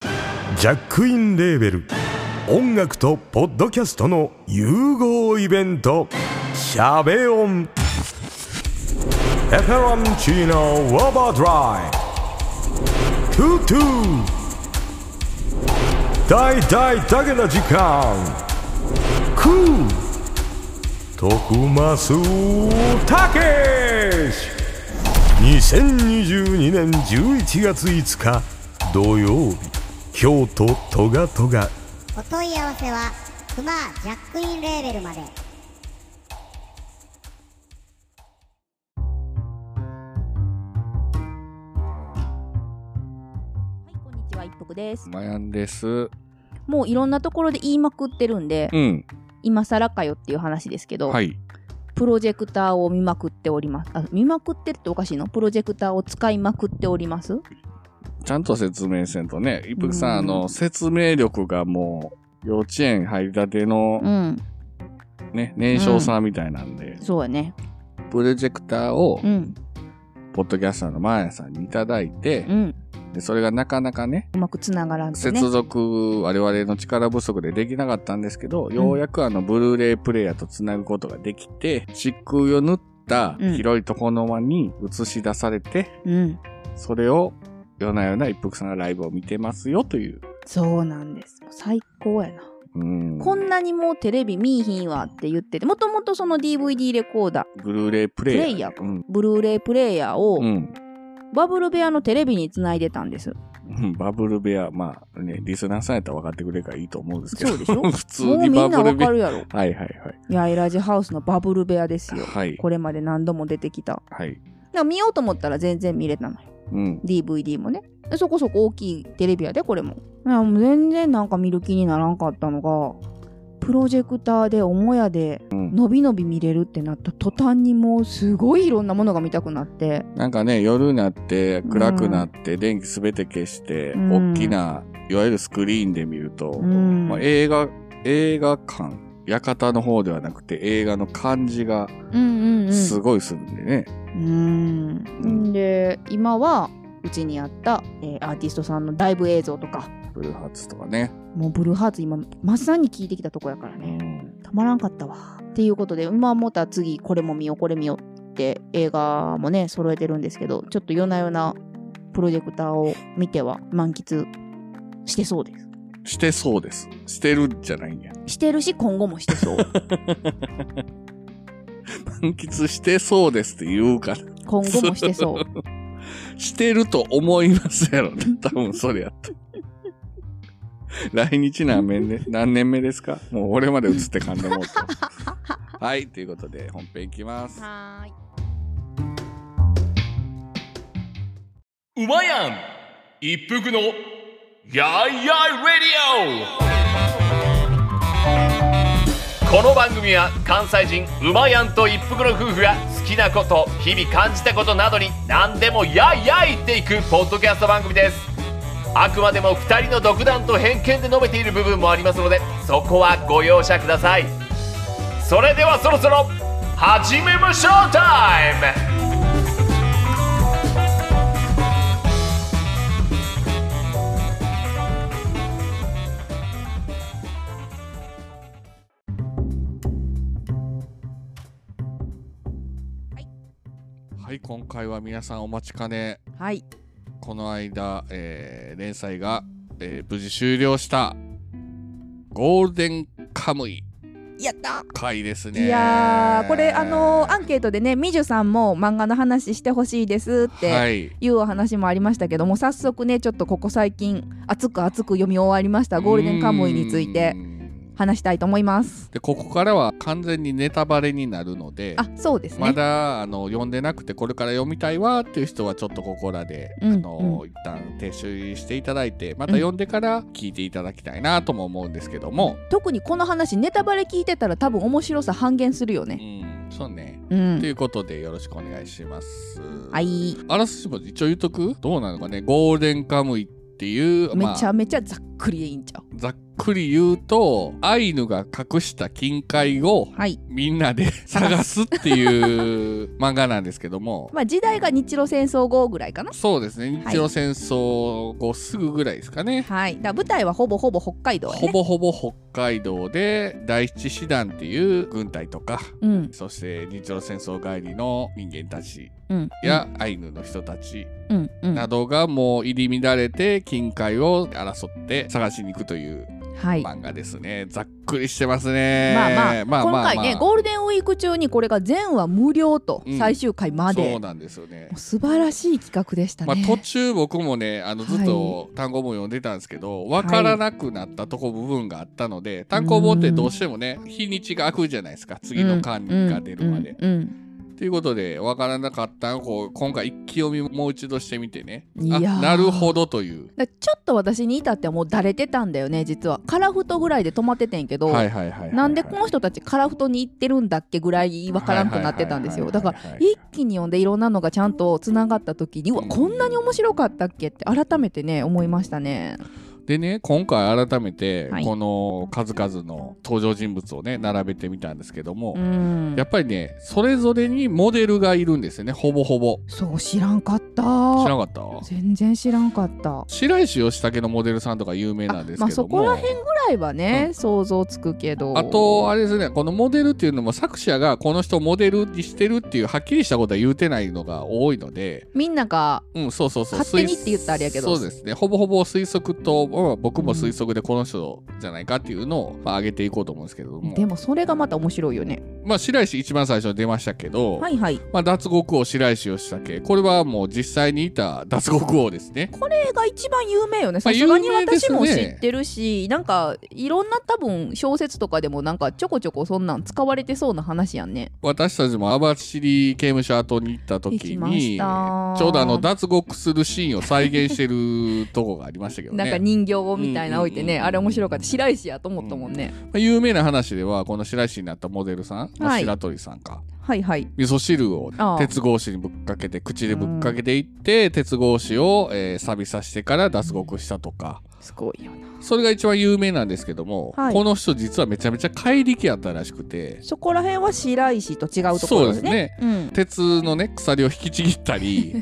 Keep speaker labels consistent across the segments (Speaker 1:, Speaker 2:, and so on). Speaker 1: ジャックインレーベル音楽とポッドキャストの融合イベント「シャベオン」「エフェロンチーノウォーバードライ」「トゥトゥ」「大大だけな時間」「クー」「徳マスたけし」2022年11月5日土曜日京都トガトガ
Speaker 2: お問い合わせはクマジャックインレーベルまで
Speaker 3: はい、こんにちは、一服です。
Speaker 4: マヤンです。
Speaker 3: もういろんなところで言いまくってるんで、
Speaker 4: うん。
Speaker 3: 今更かよっていう話ですけど、
Speaker 4: はい。
Speaker 3: プロジェクターを見まくっております。あ、見まくってるっておかしいのプロジェクターを使いまくっております
Speaker 4: ちゃんと説明せんとね。一服さん、
Speaker 3: うん
Speaker 4: あの、説明力がもう、幼稚園入りたての
Speaker 3: うん、
Speaker 4: ね、年少さんみたいなんで、
Speaker 3: そうやね。
Speaker 4: プロジェクターを
Speaker 3: う、ん、
Speaker 4: ポッドキャスターのマヤさんにいただいて
Speaker 3: う、ん。
Speaker 4: でそれがなかなかね、
Speaker 3: うまくつながらんとね。
Speaker 4: 接続、我々の力不足でできなかったんですけど、ようやくあの、ブルーレイプレイヤーとつなぐことができて、漆喰を塗った
Speaker 3: うん
Speaker 4: 広いところの間に映し出されて、
Speaker 3: うん。
Speaker 4: それを夜な夜な一服さんがライブを見てますよという。
Speaker 3: そうなんです。もう最高やな。
Speaker 4: うん
Speaker 3: こんなにもうテレビ見いひんわって言ってて、もともとその DVD レコーダー、
Speaker 4: ブルーレイプレ
Speaker 3: プ
Speaker 4: イヤー。
Speaker 3: レイヤーか、
Speaker 4: うん。
Speaker 3: ブルーレイプレイヤーを、
Speaker 4: うん
Speaker 3: バブル部屋のテレビにつないでたんです。
Speaker 4: うん。バブル部屋、まあね、リスナーさんやったら分かってくれるからいいと思うんですけど。
Speaker 3: そうでしょ
Speaker 4: 普通
Speaker 3: もうみ
Speaker 4: に
Speaker 3: んなわ
Speaker 4: バブル部
Speaker 3: か
Speaker 4: 屋。
Speaker 3: るやろ。
Speaker 4: はいはいはい。
Speaker 3: いや、エラジハウスのバブル部屋ですよ。
Speaker 4: はい。
Speaker 3: これまで何度も出てきた。だか
Speaker 4: はい。
Speaker 3: ら見ようと思ったら全然見れたのよ。
Speaker 4: うん。
Speaker 3: DVD もね。でそこそこ大きいテレビやで、これも。いや、もう全然なんか見る気にならんかったのが、プロジェクターで母屋で
Speaker 4: うん
Speaker 3: のびのび見れるってなった途端にもうすごいいろんなものが見たくなって。
Speaker 4: なんかね、夜になって、
Speaker 3: うん
Speaker 4: 暗くなって、電気すべて消して、
Speaker 3: うん
Speaker 4: 大きな、いわゆるスクリーンで見ると、
Speaker 3: うん
Speaker 4: まあ、映画、映画館、館の方ではなくて、映画の感じが
Speaker 3: うんうんうん。
Speaker 4: すごいするんでね。
Speaker 3: うん。で、今はうちにあった、えーアーティストさんのライブ映像とか、
Speaker 4: ブルーハーツとかね。
Speaker 3: もうブルーハーツ今まさに聞いてきたとこやから
Speaker 4: う
Speaker 3: ね。
Speaker 4: ん。
Speaker 3: たまらんかったわ。っていうことで、今また次これも見ようこれ見ようって映画もね、揃えてるんですけど、ちょっと夜な夜なプロジェクターを見ては満喫してそうです。
Speaker 4: してそうです。してるんじゃないんや。
Speaker 3: してるし、今後もしてそう。
Speaker 4: 満喫してそうですって言うから。
Speaker 3: 今後もしてそう。
Speaker 4: してると思いますやろ ね。多分それやった。来日何年で、何年目ですかもう俺まで映って噛んでもうた はい、ということで本編いきます。
Speaker 3: はーい。
Speaker 5: うまやん一服のやいやいレディオこの番組は関西人うまやんと一服の夫婦が好きなこと日々感じたことなどに何でもやいやい言っていくポッドキャスト番組ですあくまでも2人の独断と偏見で述べている部分もありますのでそこはご容赦くださいそれではそろそろ始めましょうタイム
Speaker 4: はい、今回は皆さんお待ちかね。
Speaker 3: はい。
Speaker 4: この間、えー連載が、えー無事終了したゴールデンカムイ
Speaker 3: やった
Speaker 4: 回ですね。
Speaker 3: いやー、これ、あのーアンケートでね、みじゅさんも漫画の話してほしいですって。
Speaker 4: はい。
Speaker 3: いうお話もありましたけども早速ねちょっとここ最近熱く熱く読み終わりましたゴールデンカムイについて
Speaker 4: うん
Speaker 3: 話したいと思います
Speaker 4: でここからは完全にネタバレになるので
Speaker 3: あそうですね
Speaker 4: まだあの読んでなくてこれから読みたいわーっていう人はちょっとここらで、
Speaker 3: うん
Speaker 4: あの一旦撤収していただいてまた読んでから聞いていただきたいなとも思うんですけども、
Speaker 3: 特にこの話ネタバレ聞いてたら多分面白さ半減するよ
Speaker 4: う
Speaker 3: ね
Speaker 4: ん、そうね、
Speaker 3: う
Speaker 4: とい
Speaker 3: ん
Speaker 4: うことでよろしくお願いします。
Speaker 3: はい
Speaker 4: あらすじも一応言うとくどうなのかねゴールデンカムイっていう、
Speaker 3: め
Speaker 4: まあ
Speaker 3: ちゃめちゃざっ
Speaker 6: くりでいいんちゃう
Speaker 4: ざっくり言うと、アイヌが隠した金塊を
Speaker 6: はい。
Speaker 4: みんなで 探すっていう漫画なんですけども、
Speaker 6: まあ時代が日露戦争後ぐらいかな。
Speaker 4: そうですね、日露戦争後すぐぐらいですかね。
Speaker 6: はい。だから舞台はほぼほぼ北海道やね。
Speaker 4: ほぼほぼ北海道で第一師団っていう軍隊とか
Speaker 6: うん。
Speaker 4: そして日露戦争帰りの人間たち
Speaker 6: うん。
Speaker 4: やアイヌの人たち
Speaker 6: うん。うん。
Speaker 4: などがもう入り乱れて金塊を争って探しに行くという
Speaker 6: はい。ま
Speaker 4: 漫画ですね。ざっくりしてますね。
Speaker 6: あまあ、今回ね、ゴールデンウィーク中にこれが全話無料と
Speaker 4: うん
Speaker 6: 最終回まで。
Speaker 4: そうなんですよね
Speaker 6: もう。素晴らしい企画でした
Speaker 4: まあ
Speaker 6: ね。、
Speaker 4: 途中僕もねあのずっと単行本読んでたんですけど分からなくなったとこ部分があったので、単行本ってどうしてもね日にちが空くじゃないですか次の巻が出るまで。と、
Speaker 6: うん。うん
Speaker 4: いうことで分からなかったのをこう今回一気読みもう一度してみてね
Speaker 6: いや
Speaker 4: あ
Speaker 6: ー
Speaker 4: なるほどという。
Speaker 6: だからちょっと私に至ってはもうだれてたんだよね実はカラフトぐらいで止まっててんけど、
Speaker 4: はいはいはいはいはい
Speaker 6: なんでこの人たちカラフトに行ってるんだっけぐらいわからんくなってたんですよだから一気に読んでいろんなのがちゃんとつながった時にうわ
Speaker 4: うん
Speaker 6: こんなに面白かったっけって改めてね思いましたね
Speaker 4: でね今回改めて
Speaker 6: はい
Speaker 4: この数々の登場人物をね並べてみたんですけども
Speaker 6: う、ん
Speaker 4: やっぱりねそれぞれにモデルがいるんですよねほぼほぼ
Speaker 6: そう知らんかった
Speaker 4: 知らなかった
Speaker 6: 全然知らんかった
Speaker 4: 白石義武のモデルさんとか有名なんですけども
Speaker 6: まあそこら辺ぐらいはね、想像つくけど
Speaker 4: あとあれですねこのモデルっていうのも作者がこの人をモデルにしてるっていうはっきりしたことは言うてないのが多いので
Speaker 6: みんなが
Speaker 4: うんそうそうそう
Speaker 6: 勝手に
Speaker 4: 推
Speaker 6: って言ったらあれやけど
Speaker 4: そうですねほぼほぼ推測と、まあ僕も推測でこの人じゃないかっていうのを、まあ、上げていこうと思うんですけども
Speaker 6: でもそれがまた面白いよね
Speaker 4: まあ、白石一番最初に出ましたけど、
Speaker 6: はいはい
Speaker 4: まあ、脱獄王白石義武これはもう実際にいた脱獄王ですね
Speaker 6: これが一番有名よね
Speaker 4: まあ
Speaker 6: さすがに
Speaker 4: 有名です
Speaker 6: 私
Speaker 4: ね
Speaker 6: も知ってるし、なんかいろんな多分小説とかでもなんかちょこちょこそんなん使われてそうな話やんね
Speaker 4: 私たちも網走刑務所後に行った時
Speaker 6: 行きま
Speaker 4: に
Speaker 6: し
Speaker 4: ち
Speaker 6: た
Speaker 4: ょうどあの脱獄するシーンを再現してるとこがありましたけど
Speaker 6: なんか
Speaker 4: ね、
Speaker 6: 人形みたいなの置いてね、
Speaker 4: うんうんうん
Speaker 6: あれ面白かった白石やと思ったもんね、
Speaker 4: まあ有名な話ではこの白石になったモデルさん、まあ
Speaker 6: はい
Speaker 4: 白鳥さんか
Speaker 6: はいはい
Speaker 4: 味噌汁を
Speaker 6: ああ
Speaker 4: 鉄格子にぶっかけて口でぶっかけていって鉄格子を、えー錆びさせてから脱獄したとか、
Speaker 6: すごいよな
Speaker 4: それが一番有名なんですけども、
Speaker 6: はい
Speaker 4: この人実はめちゃめちゃ怪力やったらしくて、
Speaker 6: そこら辺は白石と違うとこ
Speaker 4: そう
Speaker 6: ろ
Speaker 4: で
Speaker 6: ですすね
Speaker 4: ね
Speaker 6: うん
Speaker 4: 鉄のね鎖を引きちぎった り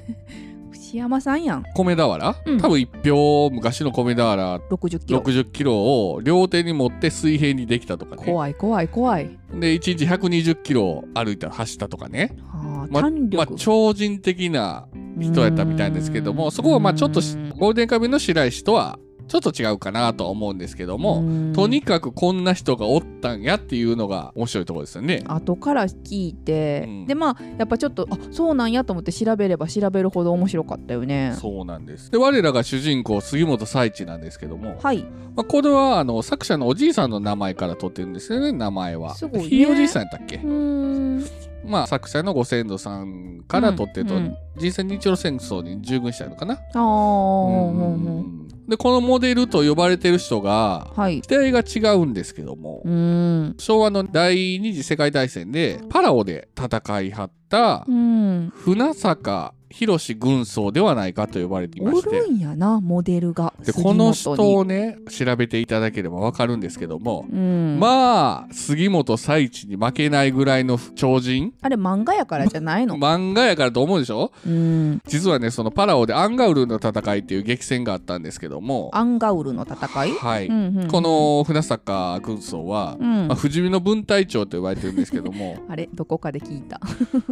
Speaker 6: 牛山さんやん
Speaker 4: 米俵、
Speaker 6: うん
Speaker 4: 多分一票昔の米俵
Speaker 6: 60キロ
Speaker 4: 60キロを両手に持って水平にできたとかね
Speaker 6: 怖い怖い怖い
Speaker 4: で1日120キロ歩いた走ったとかね、
Speaker 6: はあ
Speaker 4: ま
Speaker 6: 胆力、
Speaker 4: まあ、超人的な人やったみたいですけどもそこはまあちょっとしゴールデンカムイの白石とはちょっと違うかなとは思うんですけども
Speaker 6: も
Speaker 4: とにかくこんな人がおったんやっていうのが面白いところですよね。
Speaker 6: 後から聞いて、
Speaker 4: うん
Speaker 6: でまあやっぱちょっとあそうなんやと思って調べれば調べるほど面白かったよね
Speaker 4: そうなんですで我らが主人公杉本彩一なんですけども、
Speaker 6: はい
Speaker 4: まあ、これはあの作者のおじいさんの名前から取ってるんですよね名前は。
Speaker 6: すごいね
Speaker 4: ひいおじいさんやったっけ、
Speaker 6: うん
Speaker 4: まあ、作者のご先祖さんから取ってと、
Speaker 6: うんうん
Speaker 4: 実際に日露戦争に従軍したのかな。
Speaker 6: ああ、
Speaker 4: うんでこのモデルと呼ばれてる人が
Speaker 6: はい
Speaker 4: 時代が違うんですけども、
Speaker 6: うん
Speaker 4: 昭和の第二次世界大戦でパラオで戦いはった
Speaker 6: うん
Speaker 4: 船坂広軍曹ではないかと呼ばれてい
Speaker 6: お
Speaker 4: まして
Speaker 6: る。んやなモデルが
Speaker 4: で
Speaker 6: 杉
Speaker 4: こ
Speaker 6: 本に
Speaker 4: の人をね調べていただければわかるんですけども、
Speaker 6: うん、
Speaker 4: まあ杉本佐一に負けないぐらいの超人
Speaker 6: あれ漫画やからじゃないの、
Speaker 4: 漫画やからと思うでしょ
Speaker 6: うん
Speaker 4: 実はねそのパラオでアンガウルの戦いっていう激戦があったんですけども
Speaker 6: アンガウルの戦い、
Speaker 4: はい、
Speaker 6: うんうんうん
Speaker 4: この船坂軍曹は、
Speaker 6: うん
Speaker 4: まあ、不死身の文隊長と呼ばれてるんですけども
Speaker 6: あれどこかで聞いた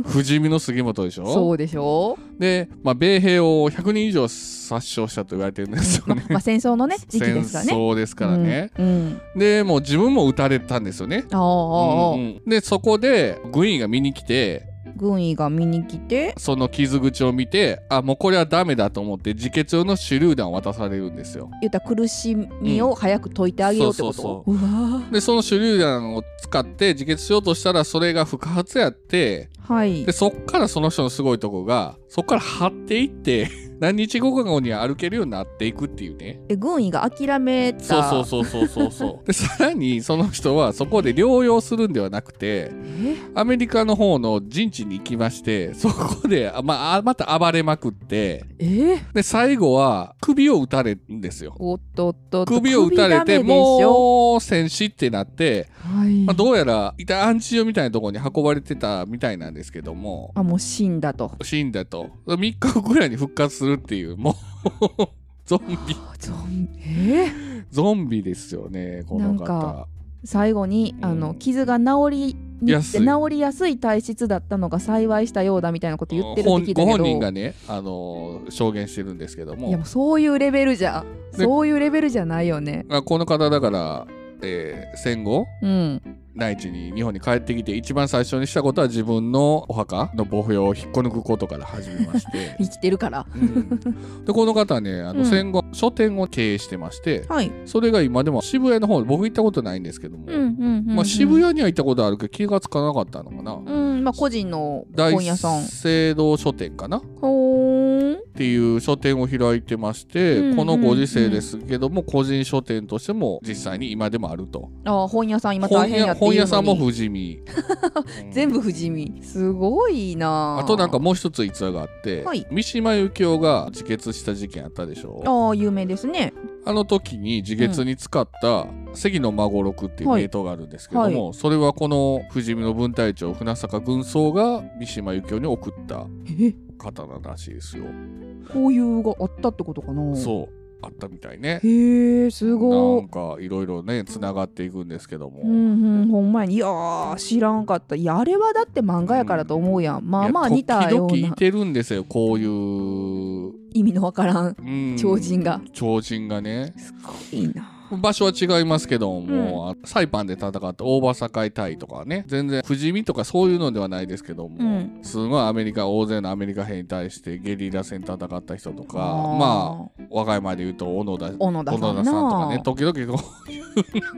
Speaker 4: 不死身の杉本でしょ
Speaker 6: そうでしょ
Speaker 4: で、まあ、米兵を100人以上殺傷したと言われてるんですよね。
Speaker 6: まあ戦争のね 時期
Speaker 4: 戦
Speaker 6: ですからね
Speaker 4: 争ですからね、
Speaker 6: うん、うん、
Speaker 4: でもう自分も撃たれたんですよね
Speaker 6: ああ、
Speaker 4: うんうんでそこで軍医が見に来て
Speaker 6: 軍医が見に来て
Speaker 4: その傷口を見てあもうこれはダメだと思って自決用の手榴弾を渡されるんですよ
Speaker 6: 言ったら苦しみを早く解いてあげようってこと、
Speaker 4: うんそう
Speaker 6: わ
Speaker 4: でその手榴弾を使って自決しようとしたらそれが不可発やって
Speaker 6: ーはい
Speaker 4: で。そっからその人のすごいとこがそっから張っていって 何日後か後に歩けるようになっていくっていうね
Speaker 6: え軍医が諦めた。
Speaker 4: そうそうそうそうそうそう でさらにその人はそこで療養するんではなくて
Speaker 6: え
Speaker 4: アメリカの方の陣地に行きましてそこで、あまああ、また暴れまくって
Speaker 6: え
Speaker 4: で最後は首を打たれるんですよ
Speaker 6: おっとっとっと。
Speaker 4: 首を打たれて
Speaker 6: 首ダメでしょ
Speaker 4: もう戦死ってなって、
Speaker 6: はい。
Speaker 4: まあ、どうやら一旦アンチオみたいなところに運ばれてたみたいなんですけども
Speaker 6: あもう死んだと。
Speaker 4: 死んだと3日後ぐらいに復活するっていう もうゾンビ
Speaker 6: ゾンえー
Speaker 4: ゾンビですよねこの
Speaker 6: なんか
Speaker 4: 方
Speaker 6: 最後に、
Speaker 4: うん
Speaker 6: あの傷が治りに
Speaker 4: 安い
Speaker 6: 治りやすい体質だったのが幸いしたようだみたいなこと言ってるって
Speaker 4: 本
Speaker 6: 聞いたけど
Speaker 4: ご本人がね、あのー証言してるんですけど
Speaker 6: いや
Speaker 4: も
Speaker 6: もうそういうレベルじゃ
Speaker 4: で
Speaker 6: そういうレベルじゃないよね
Speaker 4: まあこの方だから、えー戦後
Speaker 6: うん
Speaker 4: 内地に日本に帰ってきて一番最初にしたことは自分のお墓の墓標を引っこ抜くことから始めまして
Speaker 6: 生きてるから
Speaker 4: うんでこの方ねあ
Speaker 6: う
Speaker 4: の
Speaker 6: ん
Speaker 4: 戦後、書店を経営してまして
Speaker 6: はい
Speaker 4: それが今でも渋谷の方僕行ったことないんですけども、
Speaker 6: うんうんうん、うん
Speaker 4: まあ、渋谷には行ったことあるけど気がつかなかったのかな、
Speaker 6: うんまあ個人の
Speaker 4: 大
Speaker 6: 本屋さん
Speaker 4: 聖堂書店かなっ
Speaker 6: ほーん
Speaker 4: ていう書店を開いてまして、
Speaker 6: うんうん
Speaker 4: このご時世ですけども個人書店としても実際に今でもあると
Speaker 6: あ本屋さん今大変やっていうの
Speaker 4: 本
Speaker 6: に
Speaker 4: 屋さんも不死身
Speaker 6: 全部不死身すごいな
Speaker 4: あとなんかもう一つ逸話があって、
Speaker 6: はい
Speaker 4: 三島由紀夫が自決した事件あったでしょ
Speaker 6: ああ有名ですね
Speaker 4: あの時に自決に使った関の孫六っていう
Speaker 6: はい
Speaker 4: 名刀があるんですけども、
Speaker 6: は
Speaker 4: それはこの富士見の分隊長船坂軍曹が三島由紀夫に送った
Speaker 6: え
Speaker 4: 刀らしいですよ、
Speaker 6: こういうがあったってことかなう
Speaker 4: そうあったみたいね
Speaker 6: へえすご
Speaker 4: ないんかいろいろねつながっていくんですけども、
Speaker 6: うんうん、ほんまやにいやー知らんかったいやあれはだって漫画やからと思うやん、まあまあ
Speaker 4: いや
Speaker 6: 似たよう
Speaker 4: 時々
Speaker 6: ない
Speaker 4: てるんですよこういう、
Speaker 6: 意味のわからん
Speaker 4: うん
Speaker 6: 超人が
Speaker 4: 超人がね
Speaker 6: すごいな
Speaker 4: 場所は違いますけども、サイパンで戦った大場堺隊とかね全然不死身とかそういうのではないですけども、
Speaker 6: うん
Speaker 4: すごいアメリカ大勢のアメリカ兵に対してゲリラ戦戦った人とか
Speaker 6: あー
Speaker 4: まあ和歌山で言うと小野田
Speaker 6: 小野田さんな
Speaker 4: 小野田さんとかね時々こ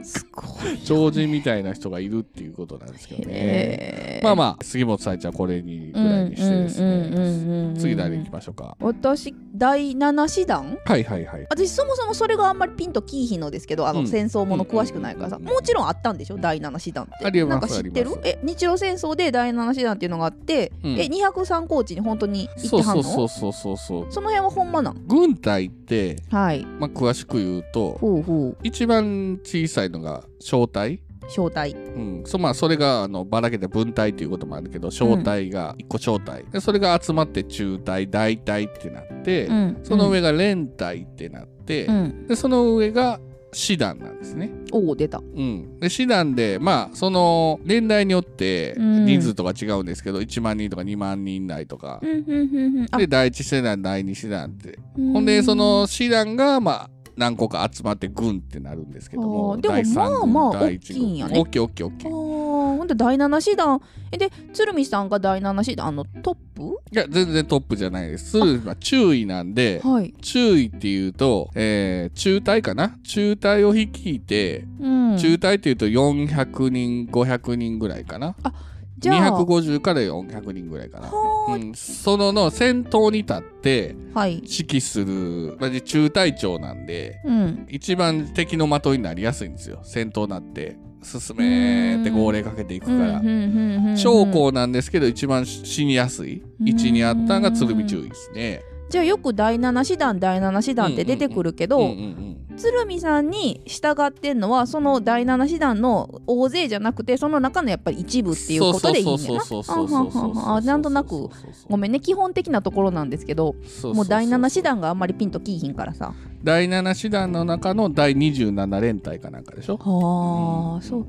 Speaker 4: う
Speaker 6: すごい
Speaker 4: 超人みたいな人がいるっていうことなんですけどね。
Speaker 6: へー
Speaker 4: まあまあ杉本さえちゃんこれにぐらいにしてです
Speaker 6: うんうんうんうんうんう
Speaker 4: ね
Speaker 6: ん
Speaker 4: 次誰行きましょうか。
Speaker 6: 私第7師団
Speaker 4: はいはいはい。
Speaker 6: 私そもそもそれがあんまりピンときいひんのですけどあ
Speaker 4: う
Speaker 6: の
Speaker 4: ん
Speaker 6: 戦争もの詳しくないからさ、
Speaker 4: うん
Speaker 6: もちろんあったんでしょ第7師団って
Speaker 4: ありま
Speaker 6: なん
Speaker 4: す
Speaker 6: か知ってる
Speaker 4: あります
Speaker 6: え日露戦争で第7師団っていうのがあって、
Speaker 4: うん
Speaker 6: え203高地に本当に行って
Speaker 4: そう
Speaker 6: はん
Speaker 4: そ
Speaker 6: の
Speaker 4: うそうそうそうそう。
Speaker 6: その辺はほんまなん
Speaker 4: 軍隊って、
Speaker 6: はい
Speaker 4: まあ、詳しく言うと
Speaker 6: ほうほう
Speaker 4: 一番小さいのが小隊、
Speaker 6: 正体
Speaker 4: うんそまあ、それがあのばらけて分隊ということもあるけど小隊が1個小隊、でそれが集まって中隊大隊ってなって、
Speaker 6: ん
Speaker 4: その上が連隊ってなって、
Speaker 6: うん
Speaker 4: でその上が師団なんですね。
Speaker 6: おお出た
Speaker 4: うん、で師団でまあその年代によって
Speaker 6: うん
Speaker 4: 人数とか違うんですけど、1万人とか2万人内とか、で
Speaker 6: で
Speaker 4: 第1師団第2師団ってほんでその師団がまあ何個か集まって軍ってなるんですけど
Speaker 6: あ
Speaker 4: も
Speaker 6: ーでも
Speaker 4: 第三軍
Speaker 6: まあまあ
Speaker 4: 第一軍
Speaker 6: 大きいんやね
Speaker 4: 大きい大きい大き
Speaker 6: あ
Speaker 4: い
Speaker 6: ーほんで第7師団えで鶴見さんが第7師団あのトッ
Speaker 4: いや全然トップじゃないです鶴は注意なんで
Speaker 6: プはい、
Speaker 4: 注意っていうと、えー中隊かな中隊を率いて、
Speaker 6: うん、
Speaker 4: 中隊っていうと400人500人ぐらいかな
Speaker 6: じゃあ
Speaker 4: 250から400人ぐらいかな、
Speaker 6: は
Speaker 4: うん、そのの先頭に立って
Speaker 6: ーはい
Speaker 4: 指揮する同じ中隊長なんで
Speaker 6: うん
Speaker 4: 一番敵の的になりやすいんですよ戦闘になって進めーって号令かけていくから将校なんですけど一番死にやすい位置にあったのが鶴見注意ですね
Speaker 6: じゃあよく第7師団第7師団って出てくるけど、
Speaker 4: うんうん
Speaker 6: 鶴見さんに従ってんのはその第7師団の大勢じゃなくてその中のやっぱり一部っていうことでいいんや
Speaker 4: そう
Speaker 6: な
Speaker 4: そう
Speaker 6: あ
Speaker 4: そう
Speaker 6: は
Speaker 4: そう
Speaker 6: あ
Speaker 4: そう
Speaker 6: はあはあなんとなくごめんね基本的なところなんですけどもう第7師団があんまりピンときいひんからさ
Speaker 4: 第7師団の中の第27連隊かなんかでしょ
Speaker 6: はあ
Speaker 4: ん
Speaker 6: そう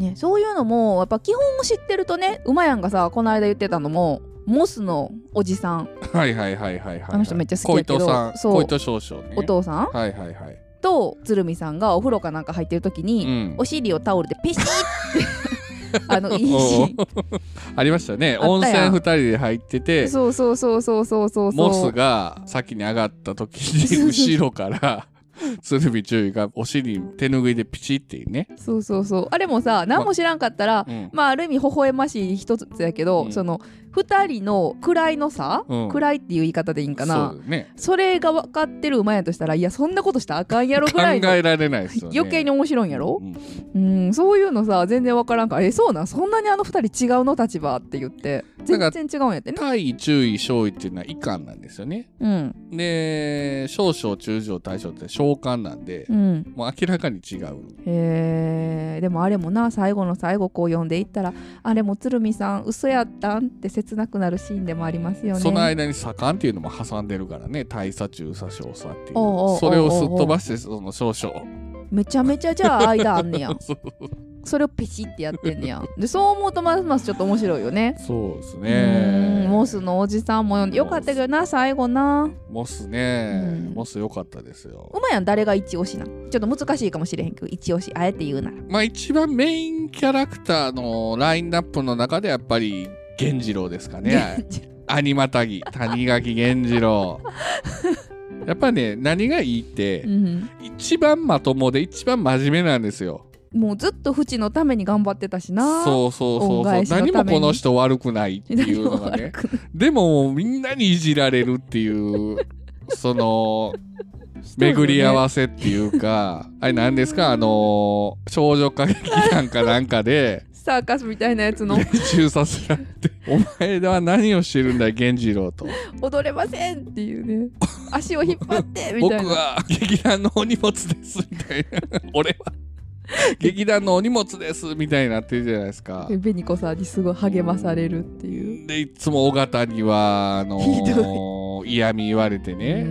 Speaker 6: ねそういうのもやっぱ基本を知ってるとねうまやんがさこの間言ってたのもモスのおじさん
Speaker 4: はいはいはいはいはい
Speaker 6: あの人めっちゃ好きやけど
Speaker 4: 小糸さん
Speaker 6: そう
Speaker 4: 小糸少々ね
Speaker 6: お父さん
Speaker 4: はいはいはい
Speaker 6: と鶴見さんがお風呂かなんか入ってる時
Speaker 4: う
Speaker 6: に、
Speaker 4: ん
Speaker 6: お尻をタオルでペシッって あのいいし
Speaker 4: ありましたね
Speaker 6: あ
Speaker 4: 温
Speaker 6: った
Speaker 4: 泉
Speaker 6: やん
Speaker 4: 2人で入ってて
Speaker 6: そうそうそうそうそうそうそう
Speaker 4: モスが先に上がった時
Speaker 6: そうそう
Speaker 4: に後ろから鶴見注意がお尻に手拭いでピチってね、
Speaker 6: そうそうそうあれもさ何も知らんかったら、
Speaker 4: うん
Speaker 6: まあある意味微笑ましい一つやけど、
Speaker 4: うん
Speaker 6: その2人の位の差、
Speaker 4: うん
Speaker 6: 位っていう言い方でいいんかな
Speaker 4: そうだね
Speaker 6: それが分かってる馬やとしたらいやそんなことしたらあかんやろぐ
Speaker 4: 考
Speaker 6: らいの
Speaker 4: えられないですよね
Speaker 6: 余計に面白いんやろ、
Speaker 4: うん
Speaker 6: うん、そういうのさ全然分からんからえそうなんそんなにあの2人違うの立場って言って
Speaker 4: だから
Speaker 6: 全然違うんやってね
Speaker 4: 対注意小意っていうのは以下なんですよね
Speaker 6: うん
Speaker 4: で少々中上大将って召喚なんで、
Speaker 6: うん
Speaker 4: もう明らかに違う
Speaker 6: へえでもあれもな最後の最後こう読んでいったらあれも鶴見さん嘘やったんって切なくなるシーンでもありますよね
Speaker 4: その間に左官っていうのも挟んでるからね大佐中佐少佐っていう
Speaker 6: おうおうおうおう
Speaker 4: それをすっ飛ばしてその少々
Speaker 6: めちゃめちゃじゃあ間あんねや
Speaker 4: そう
Speaker 6: それをペシってやってんねやでそう思うとますますちょっと面白いよ ね
Speaker 4: そうです
Speaker 6: う
Speaker 4: ね
Speaker 6: んモスのおじさんも読んでよかったけどな最後な
Speaker 4: モスね、
Speaker 6: うん
Speaker 4: モス良かったですよ
Speaker 6: 馬やん誰が一押しなんちょっと難しいかもしれへんけど一押しあえて言うなら
Speaker 4: まあ一番メインキャラクターのラインナップの中でやっぱり源次郎ですかねアニマタギ谷垣源次 郎やっぱね何がいいって、
Speaker 6: うん
Speaker 4: 一番まともで一番真面目なんですよ
Speaker 6: もうずっとフチのために頑張ってたしな
Speaker 4: そうそうそう
Speaker 6: 恩
Speaker 4: そう
Speaker 6: 返しのため
Speaker 4: 何
Speaker 6: に
Speaker 4: もこの人悪くないってい
Speaker 6: 何
Speaker 4: うの
Speaker 6: も
Speaker 4: がね
Speaker 6: 悪 くない
Speaker 4: でもみんなにいじられるっていうその 巡り合わせっていうか、あれ何ですかあのー少女歌劇団かなんかで
Speaker 6: サーカスみたいなやつの
Speaker 4: 練習させられて「お前は何をしてるんだ源次郎」と
Speaker 6: 踊れませんっていうね足を引っ張 っ
Speaker 4: 「
Speaker 6: て みた
Speaker 4: 僕
Speaker 6: いな
Speaker 4: は劇団のお荷物です」みたいな 「俺は劇団のお荷物です」みたいになってるじゃないですか。
Speaker 6: で紅子さんにすごい励まされるっていう
Speaker 4: でいつも尾形にはあの
Speaker 6: ひ
Speaker 4: ー嫌み言われて
Speaker 6: うー
Speaker 4: ね、